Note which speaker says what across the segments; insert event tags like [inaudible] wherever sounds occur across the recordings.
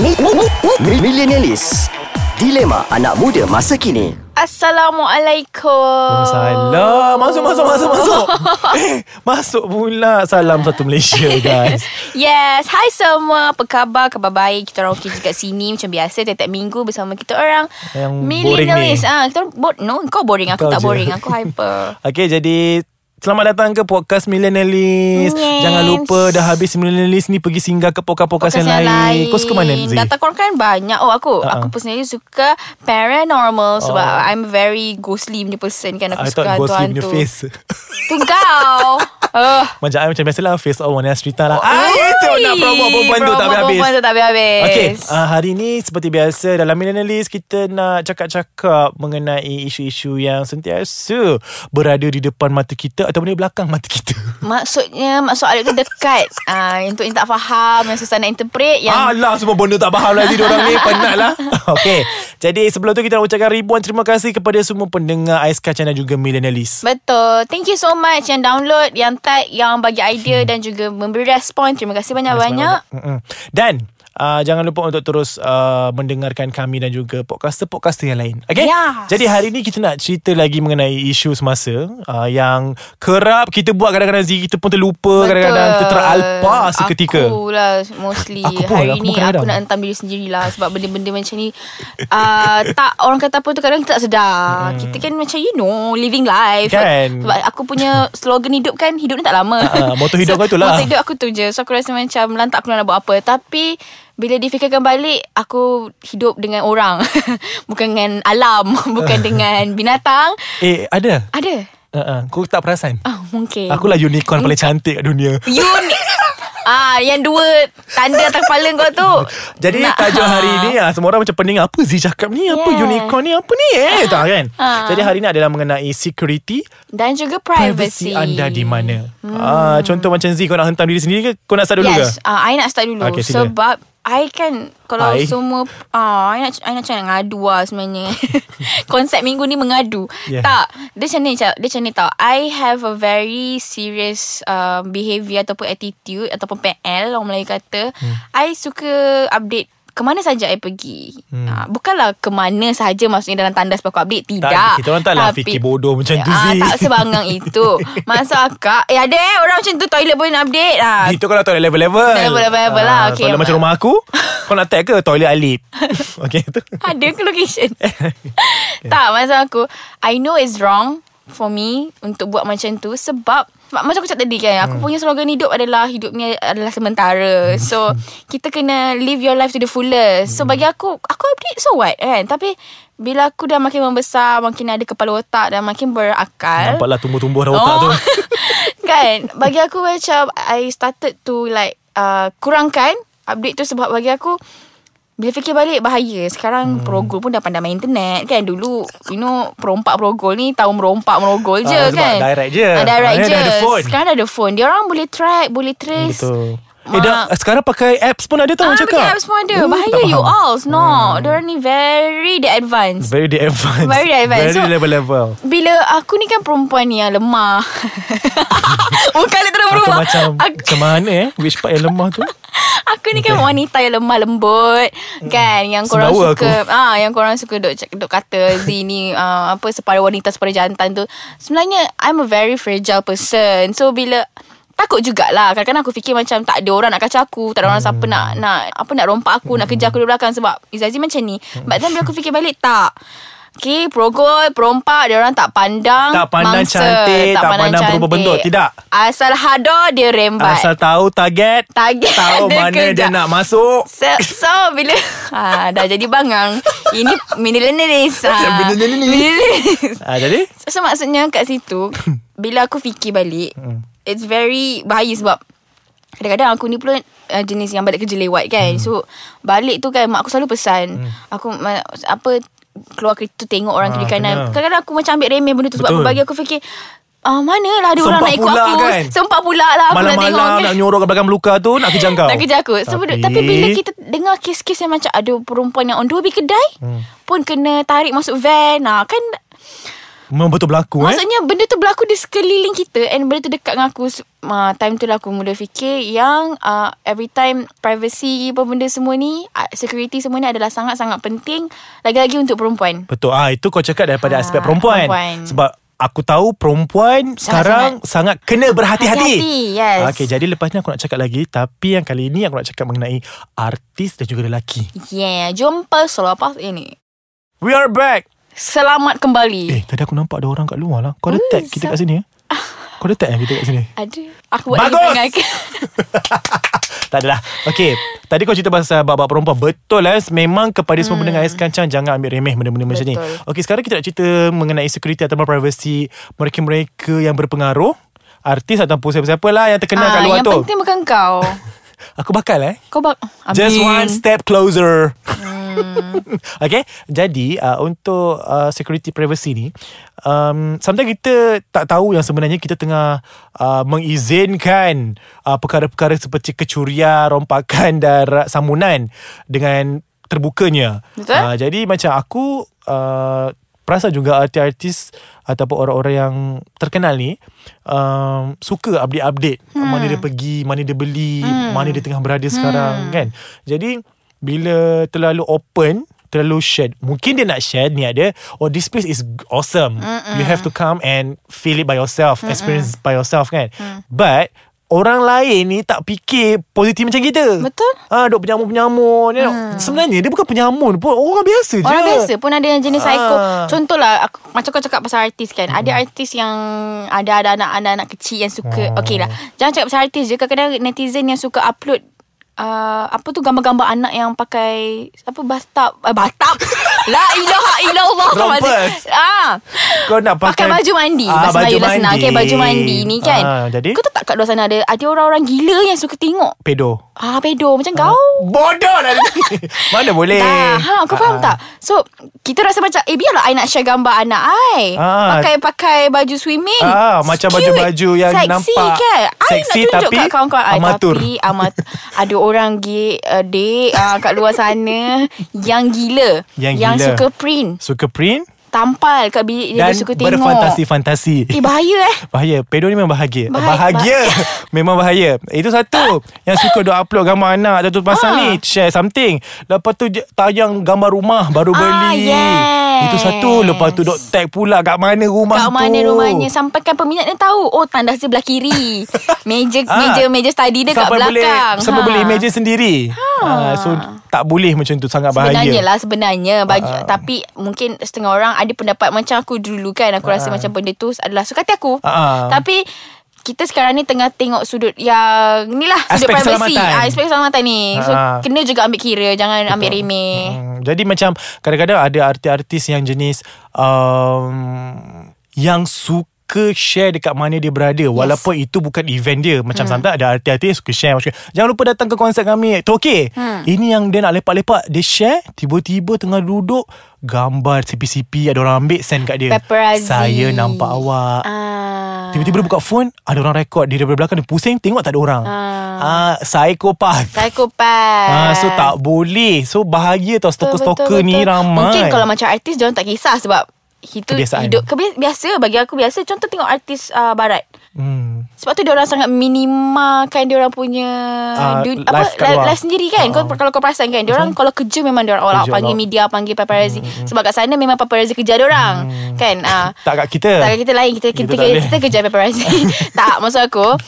Speaker 1: Mi- mi- mi- mi- Millenialis Dilema anak muda masa kini
Speaker 2: Assalamualaikum.
Speaker 3: Salam Masuk masuk masuk [laughs] masuk Eh masuk pula Salam satu Malaysia [laughs] guys
Speaker 2: Yes, hai semua. Apa khabar? Khabar baik. Kita orang okey dekat sini macam biasa tiap-tiap minggu bersama kita orang
Speaker 3: Yang boring
Speaker 2: millennials.
Speaker 3: ni.
Speaker 2: Ah, kita orang bo- no, kau boring, aku
Speaker 3: Kau
Speaker 2: tak
Speaker 3: je.
Speaker 2: boring, aku
Speaker 3: [laughs]
Speaker 2: hyper.
Speaker 3: Okay jadi Selamat datang ke podcast
Speaker 2: Yes.
Speaker 3: Millennialis Jangan lupa dah habis Millennialis ni Pergi singgah ke podcast-podcast yang
Speaker 2: Podcast
Speaker 3: lain Kau suka mana Zee?
Speaker 2: Data korang kan banyak Oh aku
Speaker 3: Ah, ah.
Speaker 2: Aku personally suka Paranormal Sebab
Speaker 3: Oh.
Speaker 2: I'm very ghostly punya person kan Aku
Speaker 3: I
Speaker 2: suka
Speaker 3: thought ghostly punya
Speaker 2: hantu-hantu
Speaker 3: face [laughs]
Speaker 2: Tu kau uh.
Speaker 3: Macam I macam biasalah Face all Wania cerita lah Ah itu nak promote perempuan tu tak habis-habis
Speaker 2: Perempuan tu tak habis-habis
Speaker 3: Okay, uh, hari ni seperti biasa dalam Millennialist kita nak cakap-cakap mengenai isu-isu yang sentiasa berada di depan mata kita ataupun di belakang mata kita.
Speaker 2: Maksudnya Maksud soalan tu dekat [laughs] uh, Untuk yang tak faham Yang susah nak interpret Yang
Speaker 3: Yang... Alah semua benda tak faham lagi Diorang ni penat lah Okay Jadi sebelum tu kita nak ucapkan ribuan terima kasih Kepada semua pendengar Ais Kacang dan juga Millennialist
Speaker 2: Betul Thank you so much Yang download Yang tag Yang bagi idea Dan juga memberi respon Terima kasih banyak-banyak
Speaker 3: Mm-mm. Dan Uh, jangan lupa untuk terus uh, mendengarkan kami dan juga podcaster-podcaster yang lain. Okay?
Speaker 2: Yes.
Speaker 3: Jadi hari ni kita nak cerita lagi mengenai isu semasa uh, yang kerap kita buat kadang-kadang Zee kita pun terlupa, kadang-kadang kita teralpa seketika.
Speaker 2: Aku lah mostly
Speaker 3: Aku pun,
Speaker 2: Hari
Speaker 3: aku
Speaker 2: ni
Speaker 3: pun
Speaker 2: aku
Speaker 3: kadang-kadang.
Speaker 2: nak hentam diri sendirilah Sebab benda-benda macam ni uh, Tak orang kata apa tu Kadang kita tak sedar Kita kan macam you know Living life
Speaker 3: Hmm. Kan.
Speaker 2: Sebab aku punya slogan hidup kan Hidup ni tak lama
Speaker 3: Ah, moto hidup kau tu lah.
Speaker 2: Motor hidup aku tu je So aku rasa macam Lantak aku nak buat apa Tapi bila difikirkan balik Aku hidup dengan orang [laughs] Bukan dengan alam [laughs] Bukan dengan binatang
Speaker 3: Eh, ada.
Speaker 2: Ada
Speaker 3: Uh-uh. Kau tak perasan?
Speaker 2: Oh, mungkin
Speaker 3: Aku lah unicorn paling cantik kat dunia.
Speaker 2: You ni [laughs] Ah, yang dua tanda atas kepala kau tu.
Speaker 3: Jadi
Speaker 2: Nak-
Speaker 3: tajuk hari ni ah, Semua orang macam pening Apa Z cakap ni Apa
Speaker 2: Yeah.
Speaker 3: unicorn ni Apa ni eh Tak kan
Speaker 2: Ah.
Speaker 3: Jadi hari ni adalah mengenai Security
Speaker 2: dan juga
Speaker 3: Privacy
Speaker 2: privacy.
Speaker 3: anda di mana hmm. ah, Contoh macam Z Kau nak hentam diri sendiri ke Kau nak start dulu
Speaker 2: Yes,
Speaker 3: ke
Speaker 2: ah, I nak start dulu
Speaker 3: Okay, sila.
Speaker 2: sebab I kan kalau
Speaker 3: I?
Speaker 2: semua ah I nak I nak cakap ngadu lah
Speaker 3: [laughs]
Speaker 2: sebenarnya. Konsep minggu ni mengadu.
Speaker 3: Yeah.
Speaker 2: Tak, dia macam ni Cak. dia macam ni tau. I have a very serious uh, behavior ataupun attitude ataupun PL orang Melayu kata.
Speaker 3: Hmm.
Speaker 2: I suka update ke mana saja I pergi hmm. Bukanlah ke mana sahaja Maksudnya dalam tandas Sebab aku update Tidak
Speaker 3: Tak, kita orang taklah
Speaker 2: Tapi-
Speaker 3: fikir bodoh macam tu,
Speaker 2: Ah,
Speaker 3: Zee.
Speaker 2: Tak sebangang
Speaker 3: [laughs]
Speaker 2: itu Masuk akal Eh ada eh Orang macam tu Toilet pun update ah,
Speaker 3: Itu kalau toilet level-level Ah,
Speaker 2: Level-level lah, okay.
Speaker 3: Kalau macam rumah
Speaker 2: [laughs]
Speaker 3: aku Kau nak tag ke Toilet alip [laughs] Okay tu
Speaker 2: Ada ke location Tak maksud aku I know it's wrong For me Untuk buat macam tu Sebab ma- Macam aku cakap tadi kan Aku punya slogan hidup adalah Hidup ni adalah sementara So Kita kena Live your life to the fullest So bagi aku Aku update so what kan Tapi Bila aku dah makin membesar Makin ada kepala otak Dan makin berakal
Speaker 3: Nampaklah tumbuh-tumbuh dah otak tu
Speaker 2: Oh. [laughs] kan Bagi aku macam I started to like uh, Kurangkan Update tu sebab bagi aku bila fikir balik bahaya Sekarang hmm. perogol pun dah pandai main internet kan Dulu you know perompak perogol ni Tahu merompak merogol je
Speaker 3: Ah, sebab
Speaker 2: kan
Speaker 3: direct je.
Speaker 2: ah, Direct
Speaker 3: Sekarang
Speaker 2: je
Speaker 3: dah ada phone.
Speaker 2: Sekarang dah ada phone Dia orang boleh track Boleh trace
Speaker 3: Betul Eh
Speaker 2: Mak-
Speaker 3: dah, sekarang pakai apps pun ada tau
Speaker 2: Ah,
Speaker 3: orang cakap
Speaker 2: pakai apps pun ada
Speaker 3: Oh,
Speaker 2: Bahaya
Speaker 3: tak
Speaker 2: you
Speaker 3: faham.
Speaker 2: all No hmm. Diorang ni very the advance
Speaker 3: Very the advanced
Speaker 2: Very the advanced.
Speaker 3: [laughs] Very
Speaker 2: So-
Speaker 3: level-level
Speaker 2: bila aku ni kan perempuan ni yang lemah. [laughs] Bukan dia terus
Speaker 3: Aku
Speaker 2: berubah.
Speaker 3: macam
Speaker 2: aku,
Speaker 3: Macam mana eh Which part yang lemah tu
Speaker 2: [laughs] aku ni kan wanita yang lemah lembut
Speaker 3: Hmm.
Speaker 2: kan yang korang
Speaker 3: Sembawa
Speaker 2: suka [laughs] ah yang korang suka duk cak- duk kata Z ni ah, apa separuh wanita separuh jantan tu. Sebenarnya I'm a very fragile person. So bila Takut jugalah Kadang-kadang aku fikir macam Tak ada orang nak kacau aku Tak ada orang siapa
Speaker 3: Hmm.
Speaker 2: nak, nak Apa nak rompak aku Nak kejar aku dari belakang Sebab Izazi macam ni
Speaker 3: Hmm.
Speaker 2: But then bila aku fikir balik Tak Okay Perogol Perompak Dia orang tak pandang
Speaker 3: Tak pandang
Speaker 2: mangsa,
Speaker 3: cantik, tak pandang berupa bentuk. Tidak.
Speaker 2: Asal hada Dia rembat
Speaker 3: Asal tahu target
Speaker 2: Target [laughs]
Speaker 3: Tahu
Speaker 2: dia
Speaker 3: mana dia
Speaker 2: kejap.
Speaker 3: nak masuk
Speaker 2: So, so bila [laughs] ha, Dah jadi bangang Ini millennialis
Speaker 3: Macam
Speaker 2: ha.
Speaker 3: millennialis.
Speaker 2: Millennialis.
Speaker 3: ah, Jadi
Speaker 2: So maksudnya kat situ Bila aku fikir balik It's very bahaya sebab Kadang-kadang aku ni pun uh, Jenis yang balik kerja lewat kan hmm. So Balik tu kan Mak aku selalu pesan hmm. Aku ma- Apa Keluar kerja tu Tengok orang
Speaker 3: Ah,
Speaker 2: kiri kanan
Speaker 3: kena.
Speaker 2: Kadang-kadang aku macam ambil remeh benda tu
Speaker 3: Betul.
Speaker 2: Sebab bagi aku fikir Ah, mana lah ada orang
Speaker 3: Sempat
Speaker 2: nak ikut
Speaker 3: pula
Speaker 2: aku
Speaker 3: kan?
Speaker 2: Sempat pula lah aku nak tengok
Speaker 3: Malam-malam
Speaker 2: kan.
Speaker 3: nak nyorok kat belakang luka tu Nak kejar kau
Speaker 2: Tak kerja aku so, tapi, tapi bila kita dengar kes-kes yang macam Ada perempuan yang on dua bi kedai hmm. Pun kena tarik masuk van ha, Kan
Speaker 3: Memang betul berlaku
Speaker 2: Ah,
Speaker 3: eh.
Speaker 2: Maksudnya benda tu berlaku di sekeliling kita And benda tu dekat dengan aku S- uh, Time tu lah aku mula fikir Yang uh, every time privacy apa benda semua ni uh, Security semua ni adalah sangat-sangat penting Lagi-lagi untuk perempuan
Speaker 3: Betul. Ah itu kau cakap
Speaker 2: Ah,
Speaker 3: daripada ha, aspek perempuan.
Speaker 2: perempuan.
Speaker 3: perempuan. Sebab aku tahu perempuan sekarang sangat, kena berhati-hati.
Speaker 2: Hati-hati, yes.
Speaker 3: Okey, jadi lepas ni aku nak cakap lagi tapi yang kali ni aku nak cakap mengenai artis dan juga lelaki.
Speaker 2: Yeah, jumpa selepas ini
Speaker 3: We are back.
Speaker 2: Selamat kembali
Speaker 3: Eh, tadi aku nampak ada orang kat luar lah. Kau ada
Speaker 2: Ooh,
Speaker 3: tag
Speaker 2: so-
Speaker 3: kita kat
Speaker 2: [laughs]
Speaker 3: sini eh? Kau ada tag eh, kita kat sini?
Speaker 2: Ada Aku buat
Speaker 3: Bagus!
Speaker 2: lagi dengan-
Speaker 3: [laughs] tak adalah. Okey, tadi kau cerita pasal bab-bab perempuan. Betul eh, memang kepada semua hmm. pendengar Ais Kancang jangan ambil remeh benda-benda macam ni.
Speaker 2: Betul.
Speaker 3: Okey, sekarang kita nak cerita mengenai security atau privacy mereka-mereka yang berpengaruh. Artis ataupun siapa-siapa lah yang terkenal
Speaker 2: Ah,
Speaker 3: kat luar
Speaker 2: Yang
Speaker 3: tu.
Speaker 2: penting bukan kau
Speaker 3: Aku bakal eh.
Speaker 2: Kau bak
Speaker 3: Just
Speaker 2: Amin.
Speaker 3: one step closer. [laughs] okay, jadi uh, untuk uh, security privacy ni, um, sometimes kita tak tahu yang sebenarnya kita tengah uh, mengizinkan uh, perkara-perkara seperti kecurian, rompakan dan ra- sambunan dengan terbukanya.
Speaker 2: Betul.
Speaker 3: Uh, jadi macam aku uh, perasan juga artis-artis ataupun orang-orang yang terkenal ni um, suka update-update hmm. mana dia pergi, mana dia beli, hmm. mana dia tengah berada sekarang kan. Jadi bila terlalu open terlalu share mungkin dia nak share ni ada oh this place is awesome Mm-mm. you have to come and feel it by yourself Mm-mm. experience by yourself kan mm. but orang lain ni tak fikir positif macam kita
Speaker 2: Betul.
Speaker 3: ah dok penyamun-penyamun hmm. sebenarnya dia bukan penyamun pun orang biasa je
Speaker 2: Orang biasa pun ada yang jenis psycho.
Speaker 3: Ah. Hmm.
Speaker 2: Contohlah aku, macam kau cakap pasal artis kan. Ada artis yang ada ada anak anak kecil yang suka.
Speaker 3: Oh.
Speaker 2: Okey lah. Jangan cakap pasal artis je. Kadang-kadang netizen yang suka upload Uh, apa tu gambar-gambar anak yang pakai apa bathtub uh,
Speaker 3: [laughs]
Speaker 2: bathtub la ilaha illallah kau
Speaker 3: Rompers.
Speaker 2: maksud- ah
Speaker 3: Kau nak
Speaker 2: pakai
Speaker 3: pakai
Speaker 2: baju mandi
Speaker 3: Ah,
Speaker 2: bahasa Melayu lah senang okey baju mandi ni kan
Speaker 3: Ah, jadi
Speaker 2: kau tahu tak kat luar sana ada ada orang-orang gila yang suka tengok
Speaker 3: pedo.
Speaker 2: ah pedo macam kau
Speaker 3: Bodoh lah
Speaker 2: [laughs]
Speaker 3: dia. Mana boleh.
Speaker 2: Dah, ha, kau faham
Speaker 3: Ah.
Speaker 2: tak? So, kita rasa macam, eh biarlah I nak share gambar anak I.
Speaker 3: Ah.
Speaker 2: Pakai-pakai baju swimming.
Speaker 3: Ah, macam
Speaker 2: Cute.
Speaker 3: baju-baju yang
Speaker 2: Sexy
Speaker 3: nampak
Speaker 2: kan? I
Speaker 3: seksi
Speaker 2: nak tunjuk
Speaker 3: tapi
Speaker 2: kat kawan-kawan I.
Speaker 3: amatur.
Speaker 2: Tapi amat,
Speaker 3: [laughs]
Speaker 2: ada orang gay, uh, dek uh, kat luar sana yang gila.
Speaker 3: Yang
Speaker 2: yang
Speaker 3: gila.
Speaker 2: suka print.
Speaker 3: Suka print
Speaker 2: Tampal kat bilik Ya, dia,
Speaker 3: dan
Speaker 2: dia suka tengok.
Speaker 3: berfantasi-fantasi.
Speaker 2: Eh, bahaya eh.
Speaker 3: Bahaya Pedo ni memang bahagia
Speaker 2: Bahaya- [laughs]
Speaker 3: Bahagia Memang bahaya Itu satu Yang suka duk upload gambar anak tu, tu pasal
Speaker 2: Ah.
Speaker 3: ni Share something Lepas tu je- tayang gambar rumah Baru
Speaker 2: Ah,
Speaker 3: beli
Speaker 2: yes.
Speaker 3: Itu satu Lepas tu duk tag pula Kat mana rumah
Speaker 2: Kat
Speaker 3: tu
Speaker 2: mana rumahnya Sampaikan peminat dia tahu Oh tandas dia belah
Speaker 3: [laughs]
Speaker 2: kiri Meja
Speaker 3: Ah.
Speaker 2: meja meja study dia
Speaker 3: sampai
Speaker 2: kat belakang Ha.
Speaker 3: boleh, Sampai boleh imagine sendiri ha. So tak boleh macam tu Sangat bahaya Ah,
Speaker 2: Sebenarnya lah sebenarnya bagi uh, tapi mungkin setengah orang ada pendapat macam aku dulu kan aku uh, rasa macam benda tu adalah suka hati aku.
Speaker 3: Ah.
Speaker 2: Tapi kita sekarang ni tengah tengok sudut yang ni lah sudut
Speaker 3: Aspek
Speaker 2: privacy.
Speaker 3: keselamatan.
Speaker 2: Ah, aspek keselamatan ni. So
Speaker 3: Ah.
Speaker 2: kena juga ambil kira jangan Betul. ambil remeh.
Speaker 3: Hmm, jadi macam kadang-kadang ada artis-artis yang jenis um, yang suka share dekat mana dia berada yes. walaupun itu bukan event dia macam hmm. sometimes ada artis-artis yang suka share macam jangan lupa datang ke konsert kami tu okey hmm. ini yang dia nak lepak-lepak dia share tiba-tiba tengah duduk gambar CP-CP ada orang ambil send kat dia
Speaker 2: Paparazzi.
Speaker 3: saya nampak awak
Speaker 2: Ah.
Speaker 3: Tiba-tiba dia buka phone Ada orang rekod Dia daripada belakang Dia pusing Tengok tak ada orang ah. Ah, Psikopat
Speaker 2: Psikopat
Speaker 3: Ah, so tak boleh. So bahaya
Speaker 2: Betul,
Speaker 3: tau stalker-stalker
Speaker 2: betul,
Speaker 3: ni
Speaker 2: betul.
Speaker 3: ramai.
Speaker 2: Mungkin kalau macam artis Diorang tak kisah sebab itu
Speaker 3: Kebiasaan.
Speaker 2: hidup kebi- biasa bagi aku biasa contoh tengok artis uh, barat
Speaker 3: hmm.
Speaker 2: sebab tu diorang sangat minimalkan diorang punya
Speaker 3: Ah,
Speaker 2: du-
Speaker 3: life kat
Speaker 2: life,
Speaker 3: luar. Ah.
Speaker 2: life sendiri kan kau, kalau kau perasan kan diorang kalau kerja memang diorang all out
Speaker 3: Kerja Hmm, all
Speaker 2: panggil
Speaker 3: out.
Speaker 2: media panggil paparazzi sebab kat sana memang paparazzi kerja diorang kan ah
Speaker 3: Hmm, [laughs] Tak kat kita.
Speaker 2: tak kita lain kita
Speaker 3: Kita
Speaker 2: kita
Speaker 3: tak
Speaker 2: kita,
Speaker 3: boleh.
Speaker 2: kita kerja
Speaker 3: [laughs]
Speaker 2: paparazzi. tak maksud aku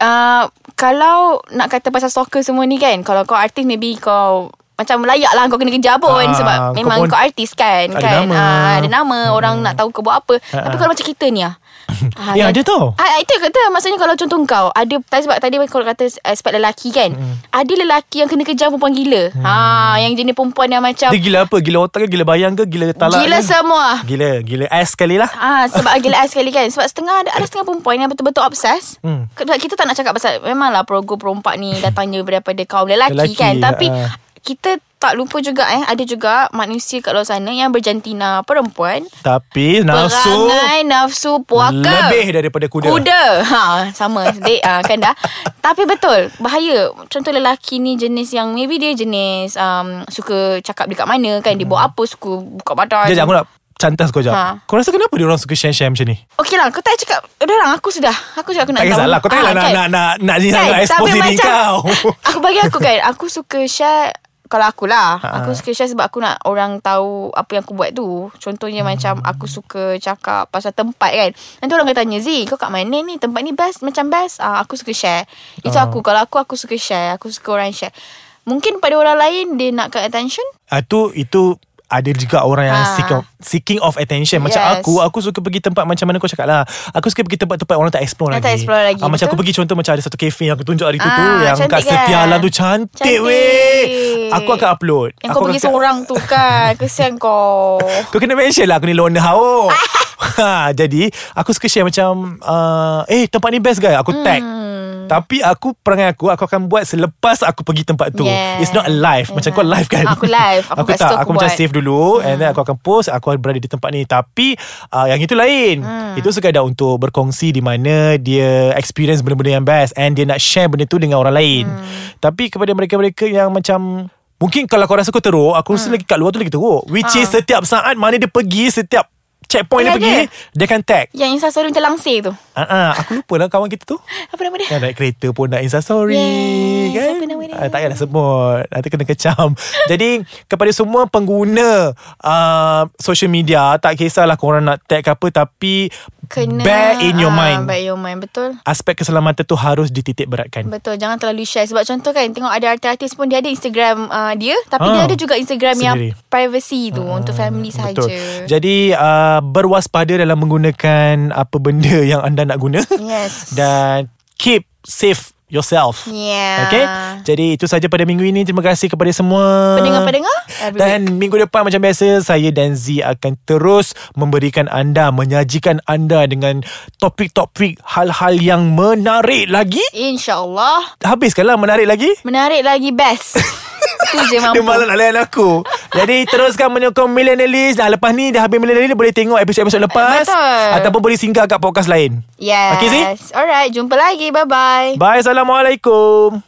Speaker 2: uh, kalau nak kata pasal stalker semua ni kan kalau kau artis maybe kau macam layak lah kau kena kerja pun
Speaker 3: Ah,
Speaker 2: sebab
Speaker 3: kau
Speaker 2: memang
Speaker 3: pun
Speaker 2: kau artis kan
Speaker 3: ada
Speaker 2: kan
Speaker 3: nama. Hmm. ah.
Speaker 2: Ah, ada nama orang nak tahu kau buat apa tapi kalau macam kita ni
Speaker 3: [laughs]
Speaker 2: ah Ah,
Speaker 3: Eh,
Speaker 2: yang-
Speaker 3: ada tau.
Speaker 2: Ah, itu yang kata maksudnya kalau contoh kau ada tadi sebab tadi kalau kata aspek lelaki kan
Speaker 3: Hmm.
Speaker 2: ada lelaki yang kena kejar perempuan gila ha yang jenis perempuan yang macam
Speaker 3: Dia gila lah apa? Gila otak ke? Gila bayang ke? Gila talak
Speaker 2: gila
Speaker 3: ke?
Speaker 2: semua
Speaker 3: Gila. Gila ass sekali lah.
Speaker 2: Ah sebab gila I sekali kan Sebab setengah ada, ada setengah perempuan Yang betul-betul obses
Speaker 3: Hmm.
Speaker 2: hmm. Kita tak nak cakap pasal Memanglah perogoh perompak ni Datangnya daripada kaum lelaki, lelaki
Speaker 3: Lelaki,
Speaker 2: kan Tapi
Speaker 3: ah.
Speaker 2: Kita tak lupa juga eh Ada juga manusia kat luar sana Yang berjantina perempuan
Speaker 3: Tapi nafsu
Speaker 2: Perangai nafsu puaka
Speaker 3: lebih daripada kuda.
Speaker 2: Kuda ha, Sama Dek ha, kan dah Tapi betul Bahaya Contoh lelaki ni jenis yang
Speaker 3: Hmm.
Speaker 2: Maybe dia jenis um, Suka cakap dekat mana kan Dia buat apa Suka buka badan
Speaker 3: Jajak aku nak cantas kau jap.
Speaker 2: Ha.
Speaker 3: Ha. Kau rasa kenapa dia orang suka share-share macam ni?
Speaker 2: Okey lah Kau tak payah cakap Orang aku sudah Aku cakap aku nak
Speaker 3: Tak kisahlah Kau tak payah
Speaker 2: Ah,
Speaker 3: nak,
Speaker 2: kan?
Speaker 3: nak, nak, nak, nak, nak expose
Speaker 2: tapi
Speaker 3: diri kau
Speaker 2: [laughs] Aku bagi aku kan Aku suka share Kalau akulah
Speaker 3: Ha,
Speaker 2: Aku suka share sebab aku nak Orang tahu Apa yang aku buat tu Contohnya
Speaker 3: Hmm.
Speaker 2: macam Aku suka cakap Pasal tempat kan Nanti orang akan tanya Z kau kat mana ni Tempat ni best Macam best ah, Aku suka share Itu
Speaker 3: Ha.
Speaker 2: aku Kalau aku aku suka share Aku suka orang share Mungkin pada orang lain Dia nak kat attention
Speaker 3: Ah, tu itu ada juga orang yang
Speaker 2: Ha.
Speaker 3: seek of, seeking of attention macam
Speaker 2: Yes.
Speaker 3: aku aku suka pergi tempat macam mana kau cakap lah aku suka pergi tempat-tempat orang tak explore
Speaker 2: Orang
Speaker 3: lagi,
Speaker 2: tak explore lagi,
Speaker 3: Ah, macam aku
Speaker 2: betul?
Speaker 3: pergi contoh macam ada satu cafe yang aku tunjuk hari tu tu
Speaker 2: Ah,
Speaker 3: yang
Speaker 2: cantik
Speaker 3: kat
Speaker 2: kan?
Speaker 3: Setialan tu cantik,
Speaker 2: Cantik.
Speaker 3: weh aku akan upload
Speaker 2: Yang
Speaker 3: aku
Speaker 2: kau pergi
Speaker 3: akan-
Speaker 2: seorang tu kan Kesian
Speaker 3: [laughs]
Speaker 2: kau
Speaker 3: Kau kena mention lah Aku ni loner hao
Speaker 2: Ah.
Speaker 3: [laughs] ha, Jadi Aku suka share macam uh, Eh tempat ni best guys Aku tag
Speaker 2: Hmm.
Speaker 3: Tapi aku Perangai aku Aku akan buat Selepas aku pergi tempat tu
Speaker 2: Yes.
Speaker 3: It's not live Macam kau live kan
Speaker 2: Aku live. Aku
Speaker 3: Aku
Speaker 2: kat
Speaker 3: tak
Speaker 2: situ
Speaker 3: Aku
Speaker 2: aku
Speaker 3: macam
Speaker 2: buat.
Speaker 3: save dulu And then aku akan post Aku berada di tempat ni Tapi uh, Yang itu lain Itu sekadar untuk Berkongsi di mana Dia experience benda-benda yang best And dia nak share benda tu Dengan orang lain Tapi kepada mereka-mereka Yang macam Mungkin kalau kau rasa kau teruk Aku rasa lagi kat luar tu lagi teruk Which is setiap saat Mana dia pergi Setiap checkpoint
Speaker 2: Ya,
Speaker 3: dia pergi Dia akan tag
Speaker 2: Yang instastory macam langsir tu
Speaker 3: Ah, ah, Aku lupa lah kawan kita tu
Speaker 2: Apa nama dia
Speaker 3: Yang Kan naik kereta pun nak instastory
Speaker 2: Yes,
Speaker 3: kan?
Speaker 2: apa nama dia?
Speaker 3: Ah, tak payahlah sebut Nanti kena kecam [laughs] Jadi kepada semua pengguna uh, Social media Tak kisahlah korang nak tag ke apa Tapi
Speaker 2: Kena
Speaker 3: Bear in your
Speaker 2: ah,
Speaker 3: mind
Speaker 2: Bear in your mind Betul
Speaker 3: Aspek keselamatan tu harus dititik beratkan
Speaker 2: Betul Jangan terlalu share Sebab contoh kan Tengok ada artis-artis pun Dia ada Instagram uh, dia Tapi
Speaker 3: Ah,
Speaker 2: dia ada juga Instagram
Speaker 3: sendiri. Ah,
Speaker 2: yang Privacy tu Untuk family saja.
Speaker 3: Betul. Jadi uh, berwaspada dalam menggunakan apa benda yang anda nak guna.
Speaker 2: Yes.
Speaker 3: [laughs] Dan keep safe yourself.
Speaker 2: Yeah.
Speaker 3: Okay. Jadi itu saja pada minggu ini. Terima kasih kepada semua.
Speaker 2: Pendengar-pendengar, every
Speaker 3: Dan minggu depan macam biasa saya dan Z akan terus memberikan anda menyajikan anda dengan topik-topik hal-hal yang menarik lagi.
Speaker 2: InsyaAllah
Speaker 3: Habiskanlah menarik lagi.
Speaker 2: Menarik lagi
Speaker 3: [laughs]
Speaker 2: best Tu je mampu
Speaker 3: Dia malah nak layan aku Jadi teruskan menyokong Millennialist Dah lepas ni Dah habis Millennialist Boleh tengok episod-episod lepas
Speaker 2: Betul.
Speaker 3: Ataupun boleh singgah kat podcast lain
Speaker 2: Yes
Speaker 3: Okay Zee
Speaker 2: Alright Jumpa lagi Bye-bye
Speaker 3: Bye Assalamualaikum